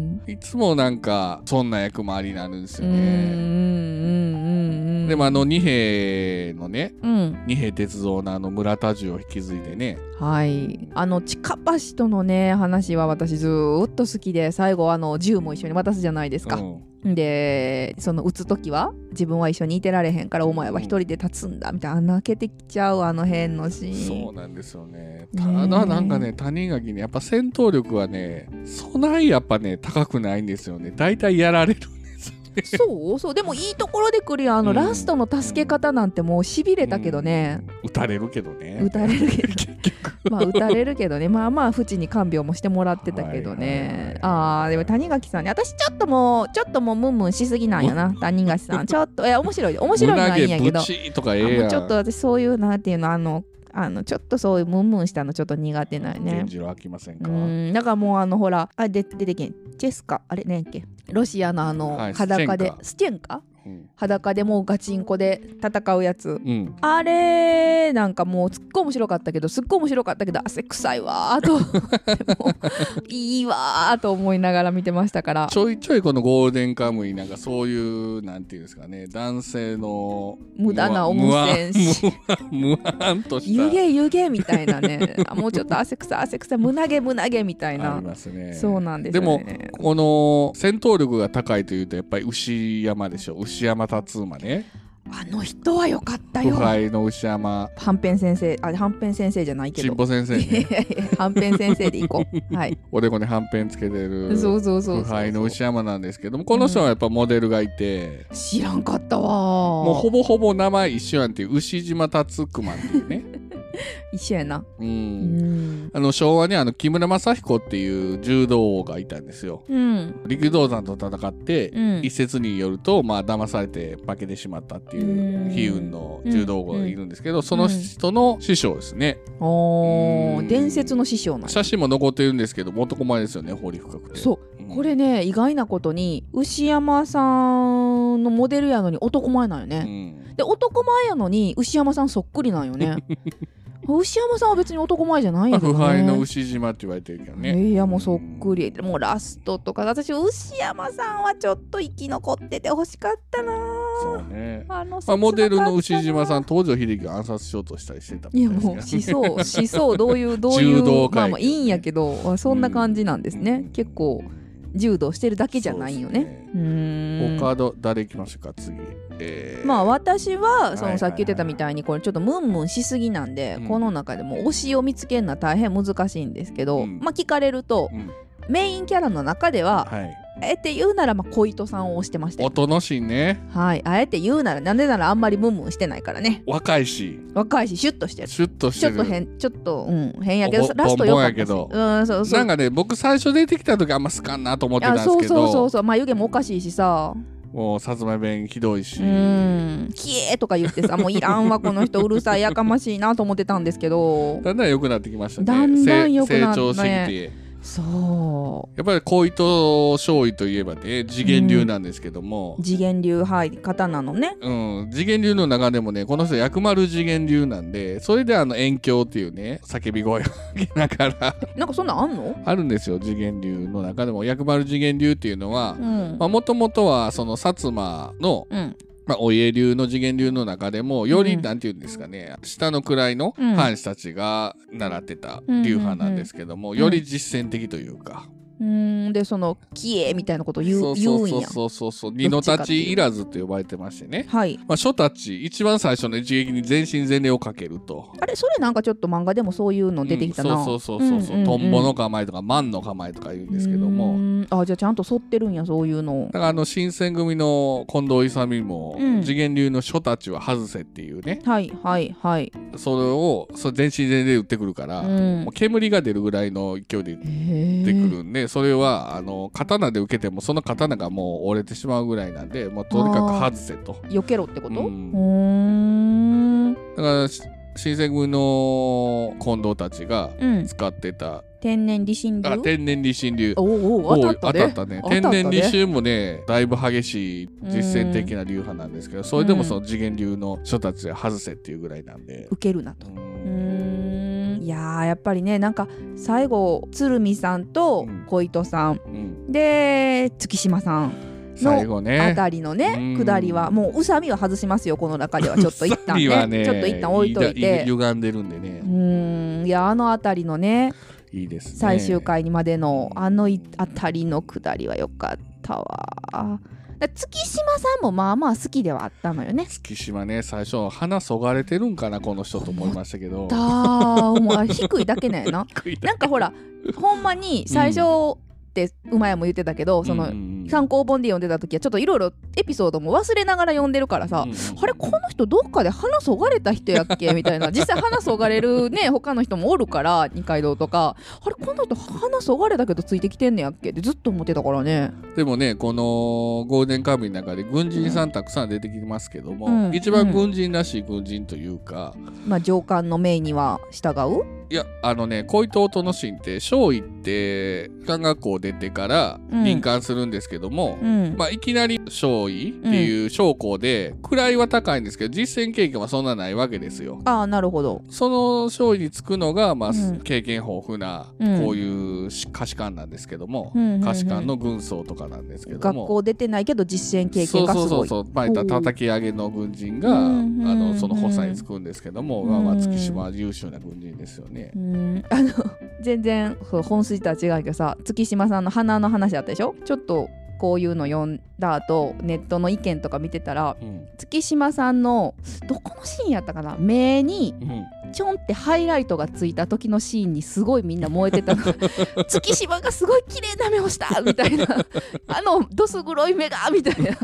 Speaker 6: ん
Speaker 4: いつもなんかそんな役回りになるんです
Speaker 6: うーんう
Speaker 4: よ
Speaker 6: ん
Speaker 4: ね、
Speaker 6: うんうん
Speaker 4: でもあの二兵のね
Speaker 6: うん
Speaker 4: 二兵鉄道のあの村田銃を引き継いでね
Speaker 6: はいあの近橋とのね話は私ずーっと好きで最後あの銃も一緒に渡すじゃないですか、
Speaker 4: うん
Speaker 6: でその打つ時は自分は一緒にいてられへんからお前は一人で立つんだみたいな穴開けてきちゃうあの辺のシー
Speaker 4: そ
Speaker 6: ン
Speaker 4: うなんですよね
Speaker 6: ね
Speaker 4: ただなんかね谷垣ねやっぱ戦闘力はね備えやっぱね高くないんですよね大体やられるんですよね
Speaker 6: そうそうでもいいところで来るよあの、
Speaker 4: うん
Speaker 6: ラストの助け方なんてもうしびれたけどね、
Speaker 4: うん撃たれるけどね
Speaker 6: 撃たれるけど
Speaker 4: 結局
Speaker 6: まあ打たれるけどねまあまあ淵に看病もしてもらってたけど
Speaker 4: はいはい
Speaker 6: ね、
Speaker 4: はい
Speaker 6: あーでも谷垣さんね私ちょっともうちょっともうムンムンしすぎなんやな谷垣さんちょっといや面白い面白いのはいいんや
Speaker 4: 胸毛
Speaker 6: け
Speaker 4: ぶ
Speaker 6: ど
Speaker 4: ちーとかえ
Speaker 6: あ
Speaker 4: え
Speaker 6: も
Speaker 4: や
Speaker 6: うんちょっと私そういうなんていうのあのあのちょっとそういうムンムンしたのちょっと苦手なんよね
Speaker 4: 源次郎飽きません
Speaker 6: う
Speaker 4: か
Speaker 6: んだからもうあのほらあで出てけんチェスカあれねんやっけロシアのあの
Speaker 4: はい
Speaker 6: 裸で、スチェンカ
Speaker 4: うん
Speaker 6: 裸でもうガチンコで戦うやつ
Speaker 4: うん、
Speaker 6: あれなんかもうすっごい面白かったけどすっごい面白かったけど汗臭いわーとでもいいわーと思いながら見てましたから
Speaker 4: ちょいちょいこのゴールデンカムイなんかそういうなんていうんですかね男性の
Speaker 6: 無駄な温泉
Speaker 4: 無案無案無案とし
Speaker 6: 湯
Speaker 4: た
Speaker 6: 気湯気みたいなねあもうちょっと汗臭い汗臭い胸毛胸毛みたい
Speaker 4: あ
Speaker 6: な
Speaker 4: りますね
Speaker 6: そうなんです
Speaker 4: で
Speaker 6: よ
Speaker 4: も
Speaker 6: ね
Speaker 4: この戦闘力が高いというとやっぱり牛山でしょ牛山達馬ね
Speaker 6: あの人は良かった
Speaker 4: 腐
Speaker 6: よ
Speaker 4: 敗の牛山
Speaker 6: はんぺん先生あはんぺん先生じゃないけ
Speaker 4: ちん
Speaker 6: ど
Speaker 4: ぽ先生ね
Speaker 6: はんぺん先生でいこうはい
Speaker 4: おでこにはんぺんつけてる
Speaker 6: そうそうそうそう
Speaker 4: 腐敗の牛山なんですけどもこの人はやっぱモデルがいて、
Speaker 6: 知らんかったわ
Speaker 4: もう
Speaker 6: ー
Speaker 4: ほぼほぼ名前一緒やんっていう牛島達馬っていう ね
Speaker 6: 一緒やな
Speaker 4: う
Speaker 6: うんん
Speaker 4: あの昭和にあの木村正彦っていう柔道王がいたんですよ。
Speaker 6: うん
Speaker 4: 力道山と戦って、
Speaker 6: うん
Speaker 4: 一説によるとまあ騙されて化けてしまったっていううん悲運の柔道王がいるんですけど、その人の師匠ですね、
Speaker 6: お
Speaker 4: うん
Speaker 6: ー伝説の師匠なんや
Speaker 4: 写真も残ってるんですけど男前ですよね掘り深くて
Speaker 6: そう
Speaker 4: うん、
Speaker 6: これね意外なことに牛山さんのモデルやのに男前なんよ
Speaker 4: う
Speaker 6: ね、
Speaker 4: ん
Speaker 6: で男前やのに牛山さんそっくりなんよ ね牛山さんは別に男前じゃないん
Speaker 4: まあ
Speaker 6: やけど
Speaker 4: 腐
Speaker 6: ね
Speaker 4: 敗の牛島って言われてるけどね、
Speaker 6: いやもうそっくりもうラストとか私牛山さんはちょっと生き残ってて欲しかったな
Speaker 4: そうね、
Speaker 6: あの
Speaker 4: まあ、モデルの牛島さ
Speaker 6: ん
Speaker 4: ん東条英機を暗殺しようとしたりしてた
Speaker 6: い
Speaker 4: み
Speaker 6: や
Speaker 4: たいです
Speaker 6: もう
Speaker 4: け
Speaker 6: 思
Speaker 4: ど
Speaker 6: 想思想ど ういうどうい
Speaker 4: 柔道
Speaker 6: う
Speaker 4: 会
Speaker 6: まあまあいいんやけどそんな感じなんですね、
Speaker 4: うん
Speaker 6: 結構柔道してるだけじゃないよ
Speaker 4: そう
Speaker 6: ね
Speaker 4: です
Speaker 6: うーん
Speaker 4: 他の誰行きましょうか次、えー
Speaker 6: まあ私はそ
Speaker 4: はいはいはい
Speaker 6: のさっき言ってたみたいにこれちょっとムンムンしすぎなんで、
Speaker 4: うん
Speaker 6: この中でも推しを見つけるのは大変難しいんですけ
Speaker 4: う
Speaker 6: ど、
Speaker 4: ん
Speaker 6: まあ聞かれると
Speaker 4: うん
Speaker 6: メインキャラの中では
Speaker 4: はい
Speaker 6: あえて言うなら、まあ、小糸さんを推してましたよ
Speaker 4: おとなしいね
Speaker 6: はいあえて言うならなんでならあんまりムンムンしてないからね
Speaker 4: 若いし
Speaker 6: 若いしシュッとしてる
Speaker 4: シュッとし
Speaker 6: ち
Speaker 4: て
Speaker 6: ょっ
Speaker 4: る
Speaker 6: と変ちょっと、うん、変やけど
Speaker 4: ぼ
Speaker 6: ラスト良かったし
Speaker 4: ボンボンやけ
Speaker 6: うんそうそう
Speaker 4: なんかね僕最初出てきた時あんま好かんなと思ってたん
Speaker 6: あ
Speaker 4: です
Speaker 6: そう
Speaker 4: け
Speaker 6: そうそう
Speaker 4: ど
Speaker 6: そう眉毛もおかしいしさ
Speaker 4: もうさつまい弁ひどいし
Speaker 6: うん「キエー」とか言ってさもういらんわこの人うるさいやかましいなと思ってたんですけど
Speaker 4: だんだん良くなってきましたね
Speaker 6: だんだん良くなったね
Speaker 4: せ成長してきて
Speaker 6: そ
Speaker 4: やっぱり小糸少尉といえばね次元流なんですけども
Speaker 6: う、次元流はい刀のね
Speaker 4: うん、次元流の中でもねこの人薬丸次元流なんでそれであの遠鏡っていうね叫び声を上げながら
Speaker 6: なんかそんなんあんの
Speaker 4: あるんですよ次元流の中でも薬丸次元流っていうのは
Speaker 6: うん
Speaker 4: もともとはその薩摩の、
Speaker 6: うん
Speaker 4: まあ、お家流の次元流の中でもより、
Speaker 6: うん
Speaker 4: なんていうんですかね下の位の
Speaker 6: うん
Speaker 4: 藩士たちが習ってた流派なんですけども、
Speaker 6: ん
Speaker 4: より実践的というか、
Speaker 6: うんでその「キエー」みたいなこと言
Speaker 4: そうう
Speaker 6: 言
Speaker 4: そううん
Speaker 6: や
Speaker 4: そうそうそう二の太刀いらずと呼ばれてましてね、
Speaker 6: はい
Speaker 4: まあ、書たち一番最初の一撃に全身全霊をかけると。
Speaker 6: あれそれなんかちょっと漫画でもそういうの出てきたな、
Speaker 4: うんそうそうそうそうそう、
Speaker 6: んんん
Speaker 4: トンボの構えとか万の構えとか言うんですけども、
Speaker 6: うんあじゃあちゃんと沿ってるんやそういうの
Speaker 4: だからあの新選組の近藤勇も、
Speaker 6: うん
Speaker 4: 次元流の書たちは外せっていうね
Speaker 6: はいはいはい
Speaker 4: それをそれ全身全霊で打ってくるから、
Speaker 6: うん
Speaker 4: もう煙が出るぐらいの勢いで打っ
Speaker 6: へ
Speaker 4: てく
Speaker 6: ー
Speaker 4: るんで、それはあの刀で受けてもその刀がもう折れてしまうぐらいなんで、もうとにかく外せと。
Speaker 6: 避けろってこと
Speaker 4: う
Speaker 6: うんーん
Speaker 4: だからし新選組の近藤たちが
Speaker 6: うん
Speaker 4: 使ってた、
Speaker 6: 天然理心
Speaker 4: あ
Speaker 6: 流
Speaker 4: 天然理心流
Speaker 6: おうおう
Speaker 4: お
Speaker 6: 当
Speaker 4: う
Speaker 6: たったで
Speaker 4: ね
Speaker 6: 当たっ
Speaker 4: 天
Speaker 6: たで
Speaker 4: 然理心もねだいぶ激しい実践的な流派なんですけどそれでもその次元流の人たちは外せっていうぐらいなんで、
Speaker 6: 受けるなと
Speaker 4: うん
Speaker 6: うーんいやーやっぱりねなんか最後鶴見さんと
Speaker 4: うん
Speaker 6: 小糸さん
Speaker 4: うん
Speaker 6: で月島さん
Speaker 4: 最後
Speaker 6: あ
Speaker 4: ね
Speaker 6: たりのね
Speaker 4: うん
Speaker 6: 下りはもう宇佐美は外しますよこの中ではちょっと一旦
Speaker 4: 次は
Speaker 6: ね
Speaker 4: ね
Speaker 6: ちょっと一旦置いといて
Speaker 4: ゆ歪んでるんでね
Speaker 6: う、ーんいやあのあたりのね
Speaker 4: いいですね
Speaker 6: 最終回にまでの
Speaker 4: うん
Speaker 6: あのいあたりのくだりは良かったわだ月島さんもまあまあ好きではあったのよね
Speaker 4: 月島ね最初鼻そがれてるんかなこの人と思いましたけど
Speaker 6: だーもうあれ 低いだけなんやな
Speaker 4: 低い
Speaker 6: なんかほらほんまに最初って馬やも言ってたけど、その
Speaker 4: うん
Speaker 6: 参考本で読んでた時はちょっといろいろエピソードも忘れながら読んでるからさ、
Speaker 4: うん
Speaker 6: あれこの人どっかで鼻そがれた人やっ けみたいな実際鼻そがれるね他の人もおるから二階堂とかあれこの人鼻そがれたけどついてきてんねやっけってずっと思ってたからね
Speaker 4: でもねこのゴールデンカムイの中で軍人さんたくさん出てきますけども、
Speaker 6: うん
Speaker 4: 一番軍人らしい軍人というか、
Speaker 6: まあ上官の命には従う
Speaker 4: いやあのね小糸音のシーンって少尉って官学校出てから
Speaker 6: うん
Speaker 4: 臨官するんですけども、
Speaker 6: うん、
Speaker 4: まあ、いきなり少尉っていう将校で、位は高いんですけど実戦経験はそんなないわけですよ。
Speaker 6: ああなるほど
Speaker 4: その将尉につくのが、まあ
Speaker 6: うん
Speaker 4: 経験豊富な
Speaker 6: うん
Speaker 4: こういうし下士官なんですけども、
Speaker 6: うんうんうん
Speaker 4: 下士官の軍曹とかなんですけど
Speaker 6: 学
Speaker 4: も。
Speaker 6: 校出てないけど実践経験がすごい
Speaker 4: そうそうそうそう、まあ、言ったら叩き上げの軍人が、
Speaker 6: うんうん
Speaker 4: あのその補佐につくんですけども、
Speaker 6: うん
Speaker 4: まあまあ、月島は優秀な軍人ですよね
Speaker 6: う。んあの 全然そう本筋とは違うけどさ月島さんの花の話あったでしょちょっとこういうの読んだ後ネットの意見とか見てたら
Speaker 4: うん
Speaker 6: 月島さんのどこのシーンやったかな目に
Speaker 4: うん
Speaker 6: ちょんってハイライトがついた時のシーンにすごいみんな燃えてたの月島がすごい綺麗な目をしたみたいなあのどす黒い目がみたいな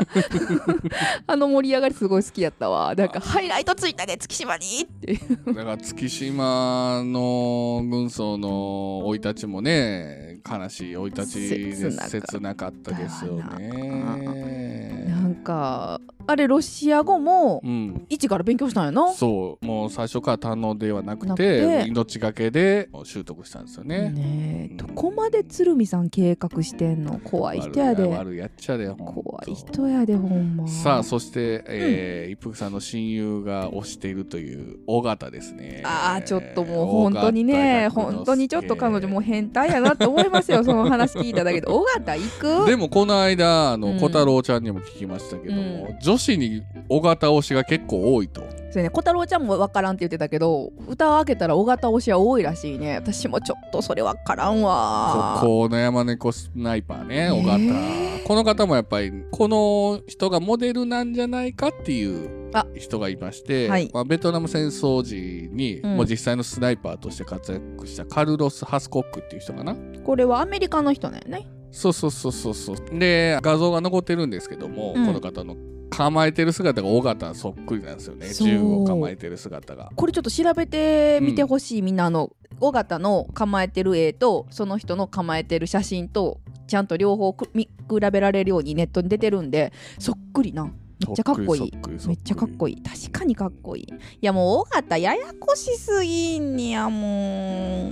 Speaker 6: あの盛り上がりすごい好きやったわなんかハイライトついたで月島にっていう
Speaker 4: だから月島の軍曹の生い立ちもね悲しい生い立ちで
Speaker 6: 切なかった
Speaker 4: 切なかったですよ
Speaker 6: な
Speaker 4: ね。
Speaker 6: んかあれロシア語も
Speaker 4: うん
Speaker 6: 一から勉強したんやな、
Speaker 4: そうもう最初から堪能ではなく
Speaker 6: なく
Speaker 4: て
Speaker 6: て
Speaker 4: 命がけで習得したんですよね。
Speaker 6: ねえどこまで鶴見さん計画してんの怖い人やで
Speaker 4: 悪い悪いやっちゃで
Speaker 6: 怖い人やでほんま
Speaker 4: さあそして、えー一服さんの親友が推しているという尾形ですね
Speaker 6: ああちょっともう本当にね
Speaker 4: 尾形百之助
Speaker 6: 本当にちょっと彼女もう変態やなと思いま すよその話聞いただけで尾形行く
Speaker 4: でもこの間あの、
Speaker 6: うん
Speaker 4: 小太郎ちゃんにも聞きましたけども、女子に尾形推しが結構多いと
Speaker 6: それね小太郎ちゃんも分からんって言ってたけど蓋を開けたら尾形推しは多いらしいね私もちょっとそれ分からんわ
Speaker 4: ここの山猫スナイパーね
Speaker 6: ー
Speaker 4: 尾形、この方もやっぱりこの人がモデルなんじゃないかっていう
Speaker 6: あ
Speaker 4: 人がいまして、
Speaker 6: はい
Speaker 4: まあ、ベトナム戦争時に、
Speaker 6: うん
Speaker 4: もう実際のスナイパーとして活躍したカルロス・ハスコックっていう人かな
Speaker 6: これはアメリカの人だよね
Speaker 4: そうそうそうそうそうで画像が残ってるんですけども、
Speaker 6: うん
Speaker 4: この方の構えてる姿が尾形そっくりなんですよね
Speaker 6: そう
Speaker 4: 銃を構えてる姿が
Speaker 6: これちょっと調べてみてほしい、みんなあの尾形の構えてる絵とその人の構えてる写真とちゃんと両方く見比べられるようにネットに出てるんでそっくりなめっちゃかっこいいめっちゃかっこ
Speaker 4: いい
Speaker 6: いい確かにかっこいいいやもう尾形ややこしすぎんにやも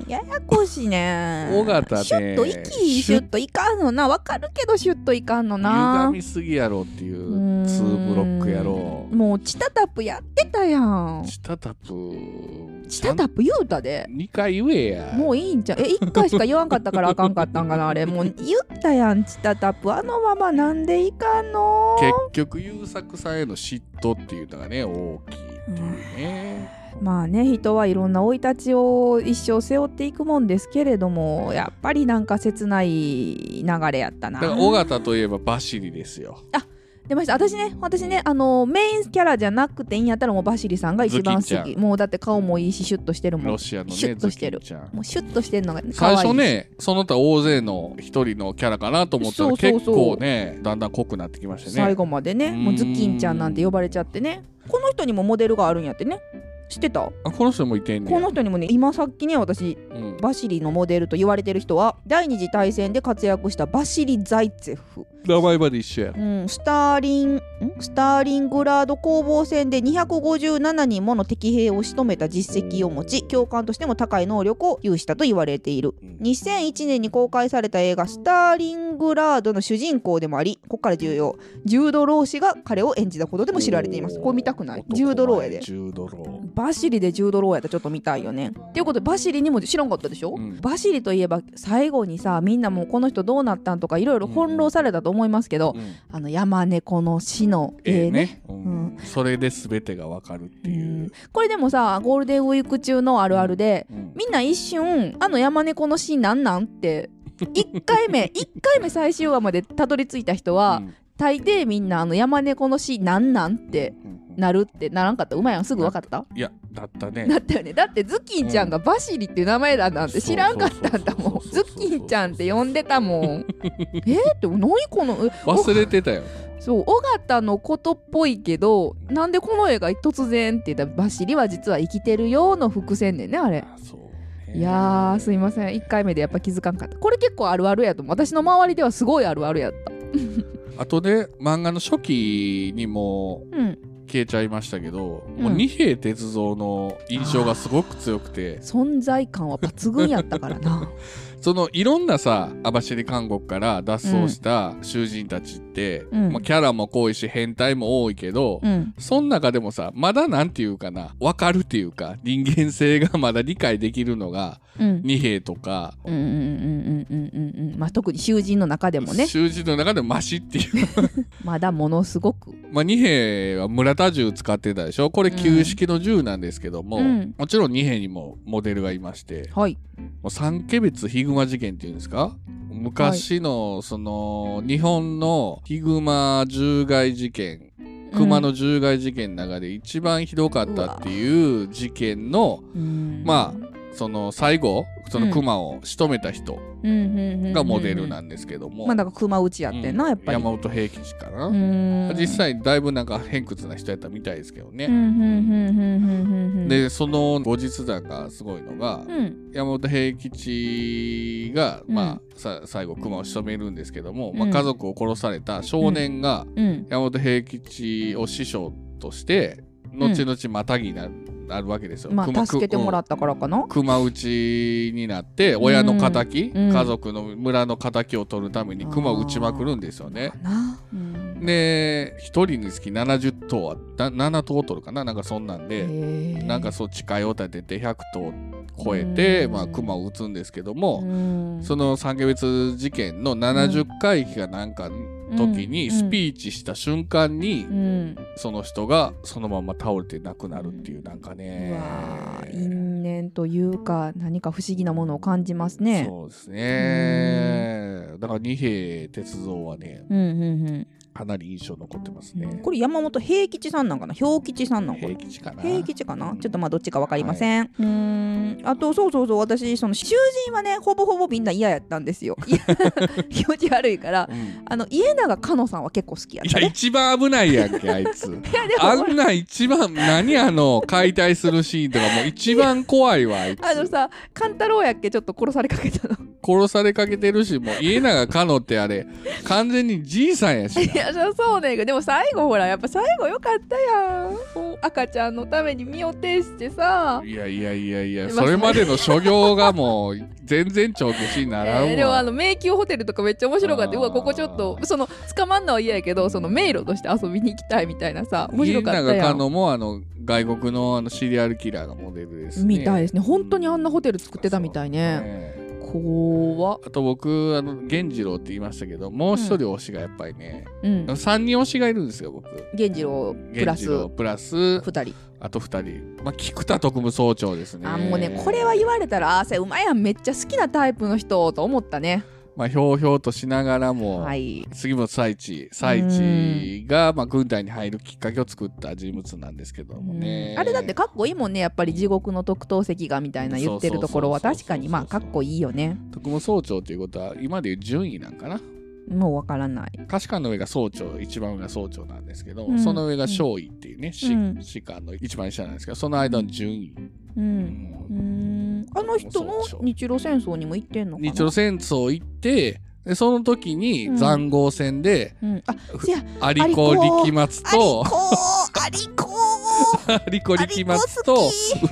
Speaker 6: うややこしいね
Speaker 4: 尾形ね
Speaker 6: シュッと息シュッといかんのなわかるけどシュッといかんのな
Speaker 4: 歪みすぎやろっていう
Speaker 6: ー
Speaker 4: うんツーブロックやろ
Speaker 6: もうチタタプやってたやん
Speaker 4: チタタプ
Speaker 6: チタタプ言うたで
Speaker 4: 2回言えや
Speaker 6: もういいんじゃんえ一回しか言わんかったからあかんかった んかなあれもう言ったやんチタタプあのままなんでいかんの
Speaker 4: 結局優作さんへの嫉妬っていうのがね大きいっていうね、
Speaker 6: まあね人はいろんな生い立ちを一生背負っていくもんですけれどもやっぱりなんか切ない流れやったな
Speaker 4: だから尾形といえばバシリですよ
Speaker 6: 出ました私ね私ねあのメインキャラじゃなくていいんやったらもうバシリさんが一番
Speaker 4: ズキン
Speaker 6: 好
Speaker 4: ち
Speaker 6: きもうだって顔もいいしシュッとしてるもん
Speaker 4: ロシアの
Speaker 6: シュ
Speaker 4: ね
Speaker 6: ッと
Speaker 4: ズ
Speaker 6: して
Speaker 4: キ
Speaker 6: る
Speaker 4: ンちゃん
Speaker 6: もうシュッとしてるのが可愛
Speaker 4: 最
Speaker 6: い
Speaker 4: 初ねその他大勢の一人のキャラかなと思ったら
Speaker 6: そうそう
Speaker 4: 結
Speaker 6: そう
Speaker 4: 構ねだんだん濃くなってきましたね
Speaker 6: 最後までねもうズッキンちゃんなんて呼ばれちゃってねこの人にもモデルがあるんやってね知ってた
Speaker 4: あこの人もいてんねや
Speaker 6: この人にもね今さっきね私
Speaker 4: うん
Speaker 6: バシリのモデルと言われてる人は第二次大戦で活躍したバシリ・ザイツェフ、
Speaker 4: 名前まで一緒や
Speaker 6: うん、スターリンんスターリングラード攻防戦で257人もの敵兵を仕留めた実績を持ち教官としても高い能力を有したと言われている
Speaker 4: うん
Speaker 6: 2001年に公開された映画「スターリングラード」の主人公でもありここから重要ジュード・ロー氏が彼を演じたことでも知られていますこれ見たくないジュード・ローやで
Speaker 4: ジュードロ
Speaker 6: バシリでジュード・ローやったらちょっと見たいよねっていうことでバシリにも知らんかったでしょ、
Speaker 4: うん
Speaker 6: バシリといえば最後にさみんなもうこの人どうなったんとかいろいろ翻弄されたと思いますけど
Speaker 4: ー、、うん
Speaker 6: あの山猫の死の
Speaker 4: え
Speaker 6: 絵
Speaker 4: え
Speaker 6: ね
Speaker 4: ね、うんそれで全てがわかるっていう、
Speaker 6: これでもさゴールデンウィーク中のあるあるで
Speaker 4: うん
Speaker 6: みんな一瞬あの山猫の死なんなんって1 回目1回目最終話までたどり着いた人は、
Speaker 4: うん
Speaker 6: 大抵みんなあの山猫の死なんなんって
Speaker 4: うんうん
Speaker 6: なるってならんかったうまいやんすぐ分かった
Speaker 4: いやだった
Speaker 6: な
Speaker 4: ね
Speaker 6: ったよねだってズッキンちゃんがバシリっていう名前だなんて知らんかったんだも
Speaker 4: そ
Speaker 6: ん
Speaker 4: うそ
Speaker 6: ズ
Speaker 4: うそうそう
Speaker 6: ッキンちゃんって呼んで たもんえーって何このえ
Speaker 4: 忘れてたよ
Speaker 6: そう尾形のことっぽいけどなんでこの絵が突然って言ったらバシリは実は生きてるよの伏線でねあれ
Speaker 4: あそうね
Speaker 6: いやーすいません1回目でやっぱ気づかんかったこれ結構あるあるやと思う私の周りではすごいあるあるやった
Speaker 4: あとね漫画の初期にも
Speaker 6: うん
Speaker 4: 消えちゃいましたけど、
Speaker 6: ん
Speaker 4: もう二平鉄三の印象がすごく強くて
Speaker 6: 存在感は抜群やったからな
Speaker 4: そのいろんなさ網走監獄から脱走した囚人たちって、
Speaker 6: うん
Speaker 4: まあ、キャラも濃いし変態も多いけど、
Speaker 6: うん
Speaker 4: そん中でもさまだなんていうかなわかるっていうか人間性がまだ理解できるのが
Speaker 6: うん
Speaker 4: 二平とか、
Speaker 6: うんうんうんうんうんうんうんまあ特に囚人の中でもね
Speaker 4: 囚人の中でもマシっていう
Speaker 6: まだものすごく
Speaker 4: まあ二平は村田銃使ってたでしょこれ旧式の銃なんですけども、
Speaker 6: うん
Speaker 4: もちろん二平にもモデルがいまして
Speaker 6: はい
Speaker 4: もう三ケ別ヒグマ事件っていうんですか昔のその日本のヒグマ獣害事件熊の獣害事件の中で一番ひどかったっていう事件のまあその最後その熊を仕留めた人
Speaker 6: あ
Speaker 4: がモデルなんんですけども、
Speaker 6: まあだから熊打ちやってんなやっぱり
Speaker 4: 山本平吉かな、実
Speaker 6: 実
Speaker 4: 際だいぶなんか偏屈な人やったみたいですけどね、
Speaker 6: で、
Speaker 4: でその後日談がすごいのが、
Speaker 6: うん
Speaker 4: 山本平吉が、
Speaker 6: うん
Speaker 4: まあ、さ最後熊を仕留めるんですけども、まあ、
Speaker 6: うん
Speaker 4: 家族を殺された少年が
Speaker 6: うん
Speaker 4: 山本平吉を師匠として
Speaker 6: ん
Speaker 4: 後々またぎになる,、わけですよ。
Speaker 6: ま
Speaker 4: 熊
Speaker 6: あ助けてもらったからかな
Speaker 4: うん。熊打ちになって親の敵、
Speaker 6: うん
Speaker 4: 家族の村の敵を取るために熊を打ちまくるんですよね。
Speaker 6: な、
Speaker 4: で1人につき70頭はな7頭取るかななんかそんなんで。なんかそう誓いを立てて100頭超えて、
Speaker 6: うん
Speaker 4: まあ、熊を撃つんですけど
Speaker 6: う
Speaker 4: も、
Speaker 6: ん
Speaker 4: その三ヶ別事件の70回忌かなんかの時にスピーチした瞬間に、
Speaker 6: うん
Speaker 4: その人がそのまま倒れて亡くなるっていうなんか
Speaker 6: う
Speaker 4: ね、
Speaker 6: わー因縁というか何か不思議なものを感じますね。
Speaker 4: そうですねだから二平鉄三はね
Speaker 6: うんうんうん
Speaker 4: かなり印象残ってますね。
Speaker 6: これ山本平吉さんなんかな氷吉さんなんかな
Speaker 4: 平吉かな。
Speaker 6: 平吉かな、
Speaker 4: うん
Speaker 6: ちょっとまあどっちか分かりません、うーんあとそうそうそう私その囚人はねほぼほぼみんな嫌やったんですよいや 気持ち悪いから
Speaker 4: うん
Speaker 6: あの家永香乃さんは結構好きや
Speaker 4: い
Speaker 6: った
Speaker 4: や
Speaker 6: ね
Speaker 4: 一番危ないやんけあいつ。
Speaker 6: いやで
Speaker 4: あ
Speaker 6: も
Speaker 4: んな一番何あの解体するシーンとかもう一番怖いわあいつ
Speaker 6: あのさ勘太郎やっけちょっと殺されかけたの
Speaker 4: 殺されかけてるしもう家永かのってあれ完全にじいさんやし
Speaker 6: いやそうねんけどでも最後ほらやっぱ最後よかったやんこう赤ちゃんのために身を挺してさ
Speaker 4: いやいやいやいや
Speaker 6: ま
Speaker 4: そ
Speaker 6: あ
Speaker 4: れまでの所業がもう全然帳消しにならんわ、
Speaker 6: えーでもあの迷宮ホテルとかめっちゃ面白かった
Speaker 4: あー
Speaker 6: うわここちょっとその捕まんのは嫌やけどその迷路として遊びに行きたいみたいなさ面白かった
Speaker 4: 家
Speaker 6: や
Speaker 4: 永
Speaker 6: ん
Speaker 4: かのもあの外国のあのシリアルキラーがモデルですね
Speaker 6: みたいですね本当にあんなホテル作ってたみたい
Speaker 4: そう
Speaker 6: ね
Speaker 4: ね
Speaker 6: 怖っ
Speaker 4: あと僕あの源次郎って言いましたけどもう一人推しがやっぱりね、
Speaker 6: うん
Speaker 4: 3人推しがいるんですよ僕
Speaker 6: 源次郎プラ
Speaker 4: 源
Speaker 6: ス
Speaker 4: 次郎プラス
Speaker 6: 2人
Speaker 4: あと二人、まあ、菊田特務総長ですね。
Speaker 6: あもうねこれは言われたらあーせうまいやんめっちゃ好きなタイプの人と思ったね
Speaker 4: まあ、ひょうひょうとしながらも、
Speaker 6: はい
Speaker 4: 杉本佐一佐一が、まあ、軍隊に入るきっかけを作った人物なんですけどもね。
Speaker 6: あれだってかっこいいもんねやっぱり地獄の特等席がみたいな言ってるところは
Speaker 4: そうそうそうそう
Speaker 6: 確かにまあかっこいいよね
Speaker 4: 特務総長ということは今でいう順位なんかな
Speaker 6: もうわからない
Speaker 4: 士官の上が総長一番上が総長なんですけど、
Speaker 6: うん
Speaker 4: その上が少尉っていうね、士
Speaker 6: うん
Speaker 4: 士官の一番下なんですけどその間の順位、う
Speaker 6: う
Speaker 4: んん
Speaker 6: うーんあの人の日露戦争にも行ってんのかな
Speaker 4: 日露戦争行ってでその時に塹壕戦で、
Speaker 6: うん、あせや
Speaker 4: アリコ力松
Speaker 6: あり
Speaker 4: と
Speaker 6: こーありこ
Speaker 4: アリコリキマスと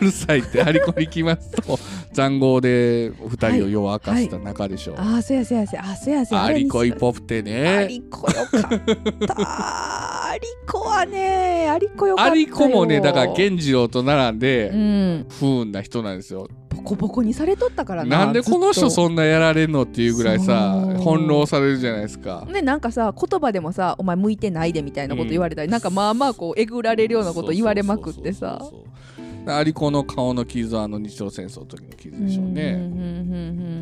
Speaker 4: うるさいってアリコリキマスと塹壕で二人を夜明かした中でしょう、
Speaker 6: ーあーせやせやせやあーせやせや
Speaker 4: アリコイポ
Speaker 6: ポ
Speaker 4: プテ
Speaker 6: ア
Speaker 4: ね
Speaker 6: リコよかったアリコはねアリコよかっ
Speaker 4: ア
Speaker 6: たよ
Speaker 4: リコもねだから源次郎と並ん
Speaker 6: う
Speaker 4: で
Speaker 6: ん
Speaker 4: 不運な人なんですよ
Speaker 6: ボコボコにされとったからな
Speaker 4: なんでこの
Speaker 6: ず
Speaker 4: 人
Speaker 6: っと
Speaker 4: そんなやられんのっていうぐらいさ
Speaker 6: そう
Speaker 4: 翻弄されるじゃないですか
Speaker 6: ね、なんかさ言葉でもさ「お前向いてないで」みたいなこと言われたり、
Speaker 4: うん
Speaker 6: なんかまあまあこうえぐられるようなこと言われまくってさ
Speaker 4: そうそうそうそうアリコの顔の傷はあの日露戦争の時の傷でしょうね
Speaker 6: うんうんうんうんう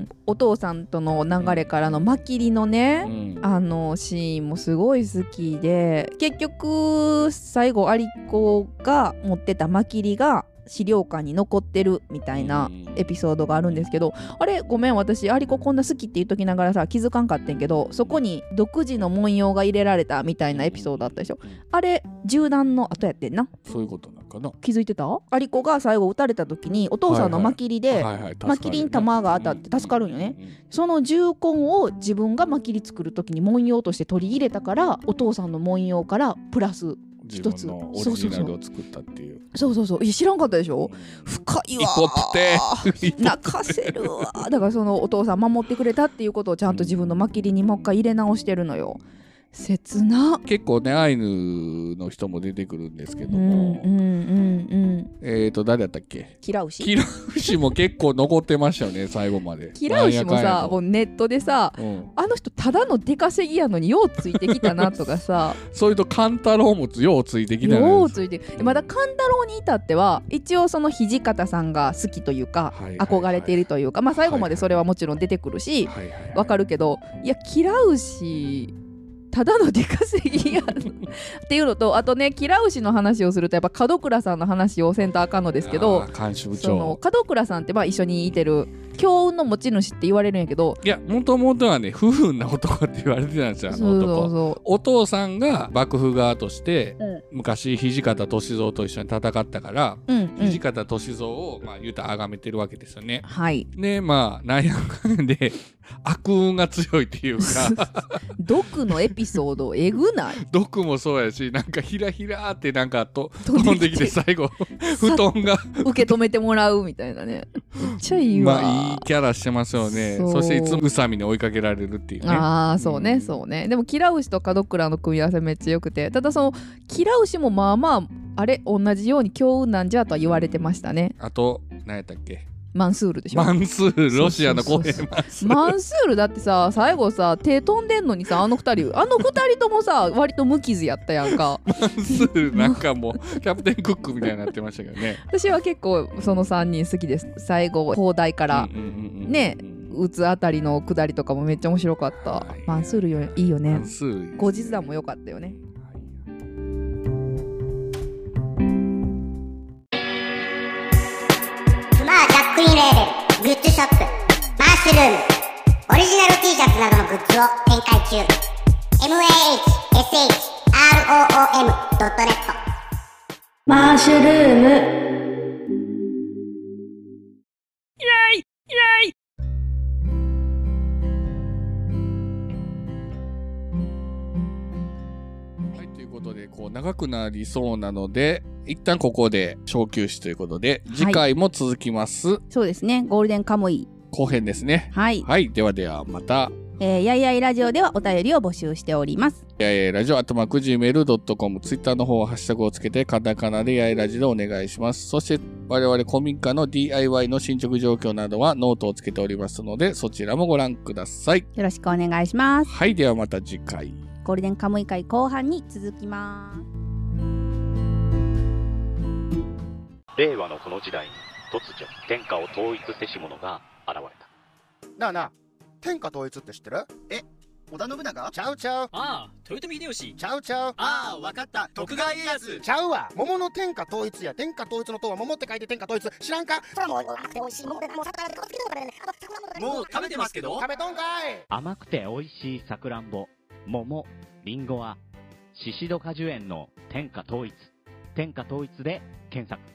Speaker 6: んお父さんとの流れからのまきりのね、
Speaker 4: うん
Speaker 6: あのシーンもすごい好きで結局最後アリコが持ってたまきりが資料館に残ってるみたいなエピソードがあるんですけどあれごめん私アリコこんな好きって言っときながらさ気づかんかってんけどそこに独自の文様が入れられたみたいなエピソードあったでしょあれ銃弾の後やってんな
Speaker 4: そういうことなんかな
Speaker 6: 気づいてたアリコが最後撃たれた時にお父さんのまきりで、
Speaker 4: はいはい
Speaker 6: まあキリン玉が当たって助かるんよね。その銃痕を自分がまきり作る時に文様として取り入れたからお父さんの文様からプラス
Speaker 4: 一つのオリジナルを作ったっていう。
Speaker 6: そうそうそういや知らんかったでしょ深いわー
Speaker 4: 一歩プテー
Speaker 6: 泣かせるわーだからそのお父さん守ってくれたっていうことをちゃんと自分のまきりにもう一回入れ直してるのよ切な
Speaker 4: 結構ねアイヌの人も出てくるんですけ
Speaker 6: う
Speaker 4: ど
Speaker 6: ん
Speaker 4: も、
Speaker 6: うんうんうん
Speaker 4: えっ、と誰だったっけ
Speaker 6: 嫌うし
Speaker 4: キラウシも結構残ってましたよ ね最後まで。
Speaker 6: 嫌うしもさもう
Speaker 4: なんや
Speaker 6: ネットでさ
Speaker 4: かんやと、
Speaker 6: あの人ただの出稼ぎやのにようついてきたなとかさ
Speaker 4: うん、それとカンタロウもようついてきたじゃない
Speaker 6: よ
Speaker 4: で
Speaker 6: う
Speaker 4: すか
Speaker 6: ついてでまだ勘太郎に至っては一応その土方さんが好きというか、
Speaker 4: はいはいはい
Speaker 6: 憧れているというか、まあ、最後までそれはもちろん出てくるし、
Speaker 4: はいはいはい
Speaker 6: わかるけどいや嫌うしただの出稼ぎ やっていうのとあとね嫌うしの話をするとやっぱ門倉さんの話をせんとあかんのですけ
Speaker 4: あ
Speaker 6: ど
Speaker 4: ー監視部
Speaker 6: その
Speaker 4: 長
Speaker 6: 門倉さんってまあ一緒にいてる強運の持ち主って言われるんやけど
Speaker 4: いやもともとはね不運な男って言われてたんですよあの
Speaker 6: そう
Speaker 4: 男。
Speaker 6: そうそ
Speaker 4: お父さんが幕府側として、昔土方歳三と一緒に戦ったから、
Speaker 6: う、うんう
Speaker 4: 土
Speaker 6: ん、
Speaker 4: 方歳三を、まあ、言うたら崇めてるわけですよね。
Speaker 6: はい
Speaker 4: でまあなんやかんやで悪運が強いっていう か
Speaker 6: 毒のエピソードえ ぐない
Speaker 4: 毒もそうやしなんかひらひらーってなんかと
Speaker 6: 飛
Speaker 4: 飛
Speaker 6: ん
Speaker 4: んで
Speaker 6: で
Speaker 4: き
Speaker 6: き
Speaker 4: て
Speaker 6: て
Speaker 4: 最 後布団が
Speaker 6: 受け止めてもらうみたいなねめっちゃいい
Speaker 4: ま
Speaker 6: わ、
Speaker 4: あいいキャラしてますよね
Speaker 6: そ
Speaker 4: そうしていつも宇佐美に追いかけられるっていうね。
Speaker 6: あーそうね、
Speaker 4: うん
Speaker 6: そうねでもキラウシとカドクラの組み合わせめっちゃ良くてただそのキラウシもまあまああれ同じように強運なんじゃとは言われてましたね
Speaker 4: あと何やったっけ
Speaker 6: マンスールでしょ
Speaker 4: マンスールロシアの公平
Speaker 6: そう
Speaker 4: マンスール。
Speaker 6: マンスールだってさ最後さ手飛んでんのにさあの二人あの二人ともさ割と無傷やったやんか
Speaker 4: マンスールなんかもうキャプテンクックみたいになってましたけどね。
Speaker 6: 私は結構その三人好きです最後砲台から、
Speaker 4: うんうんうんうん
Speaker 6: ね打つあたりの下りとかもめっちゃ面白かった
Speaker 4: はい
Speaker 6: マンスールよいいよね
Speaker 4: 関数いいですね
Speaker 6: 後日談も良かったよね
Speaker 2: クマジャックインレーベルグッズショップマッシュルームオリジナル T シャツなどのグッズを展開中 mahshroom.net
Speaker 7: マッシュルーム
Speaker 4: はい、ということで、こう、長くなりそうなので、一旦ここで小休止ということで、次回も続きます。
Speaker 3: そうですね。ゴールデンカムイ。
Speaker 4: 後編ですね。
Speaker 3: はい。
Speaker 4: はい、ではでは、また、
Speaker 3: えー、やいやいラジオではお便りを募集しております。
Speaker 4: やえラジオ、あとまくじメールドットコム、ツイッターの方はハッシュタグをつけて、カタカナでやえラジでお願いします。そして、我々古民家の DIY の進捗状況などはノートをつけておりますので、そちらもご覧ください。
Speaker 3: よろしくお願いします。
Speaker 4: はい、ではまた次回。
Speaker 3: ゴールデンカムイ会後半に続きます。
Speaker 8: 令和のこの時代に突如天下を統一せし者が現れた
Speaker 9: なあなあ天下統一って知ってるえ織田信長ちゃうちゃう
Speaker 10: ああ、豊臣秀吉。
Speaker 9: ちゃうちゃう
Speaker 10: ああ、わかった。徳川家康。
Speaker 9: ちゃうわ桃の天下統一や天下統一の塔は桃って書いて天下統一知らんか
Speaker 10: もう食べてますけど。
Speaker 9: 食べとんかい
Speaker 11: 甘くて美味しいさくらんぼ、桃、りんごは、シシド果樹園の天下統一。天下統一で検索。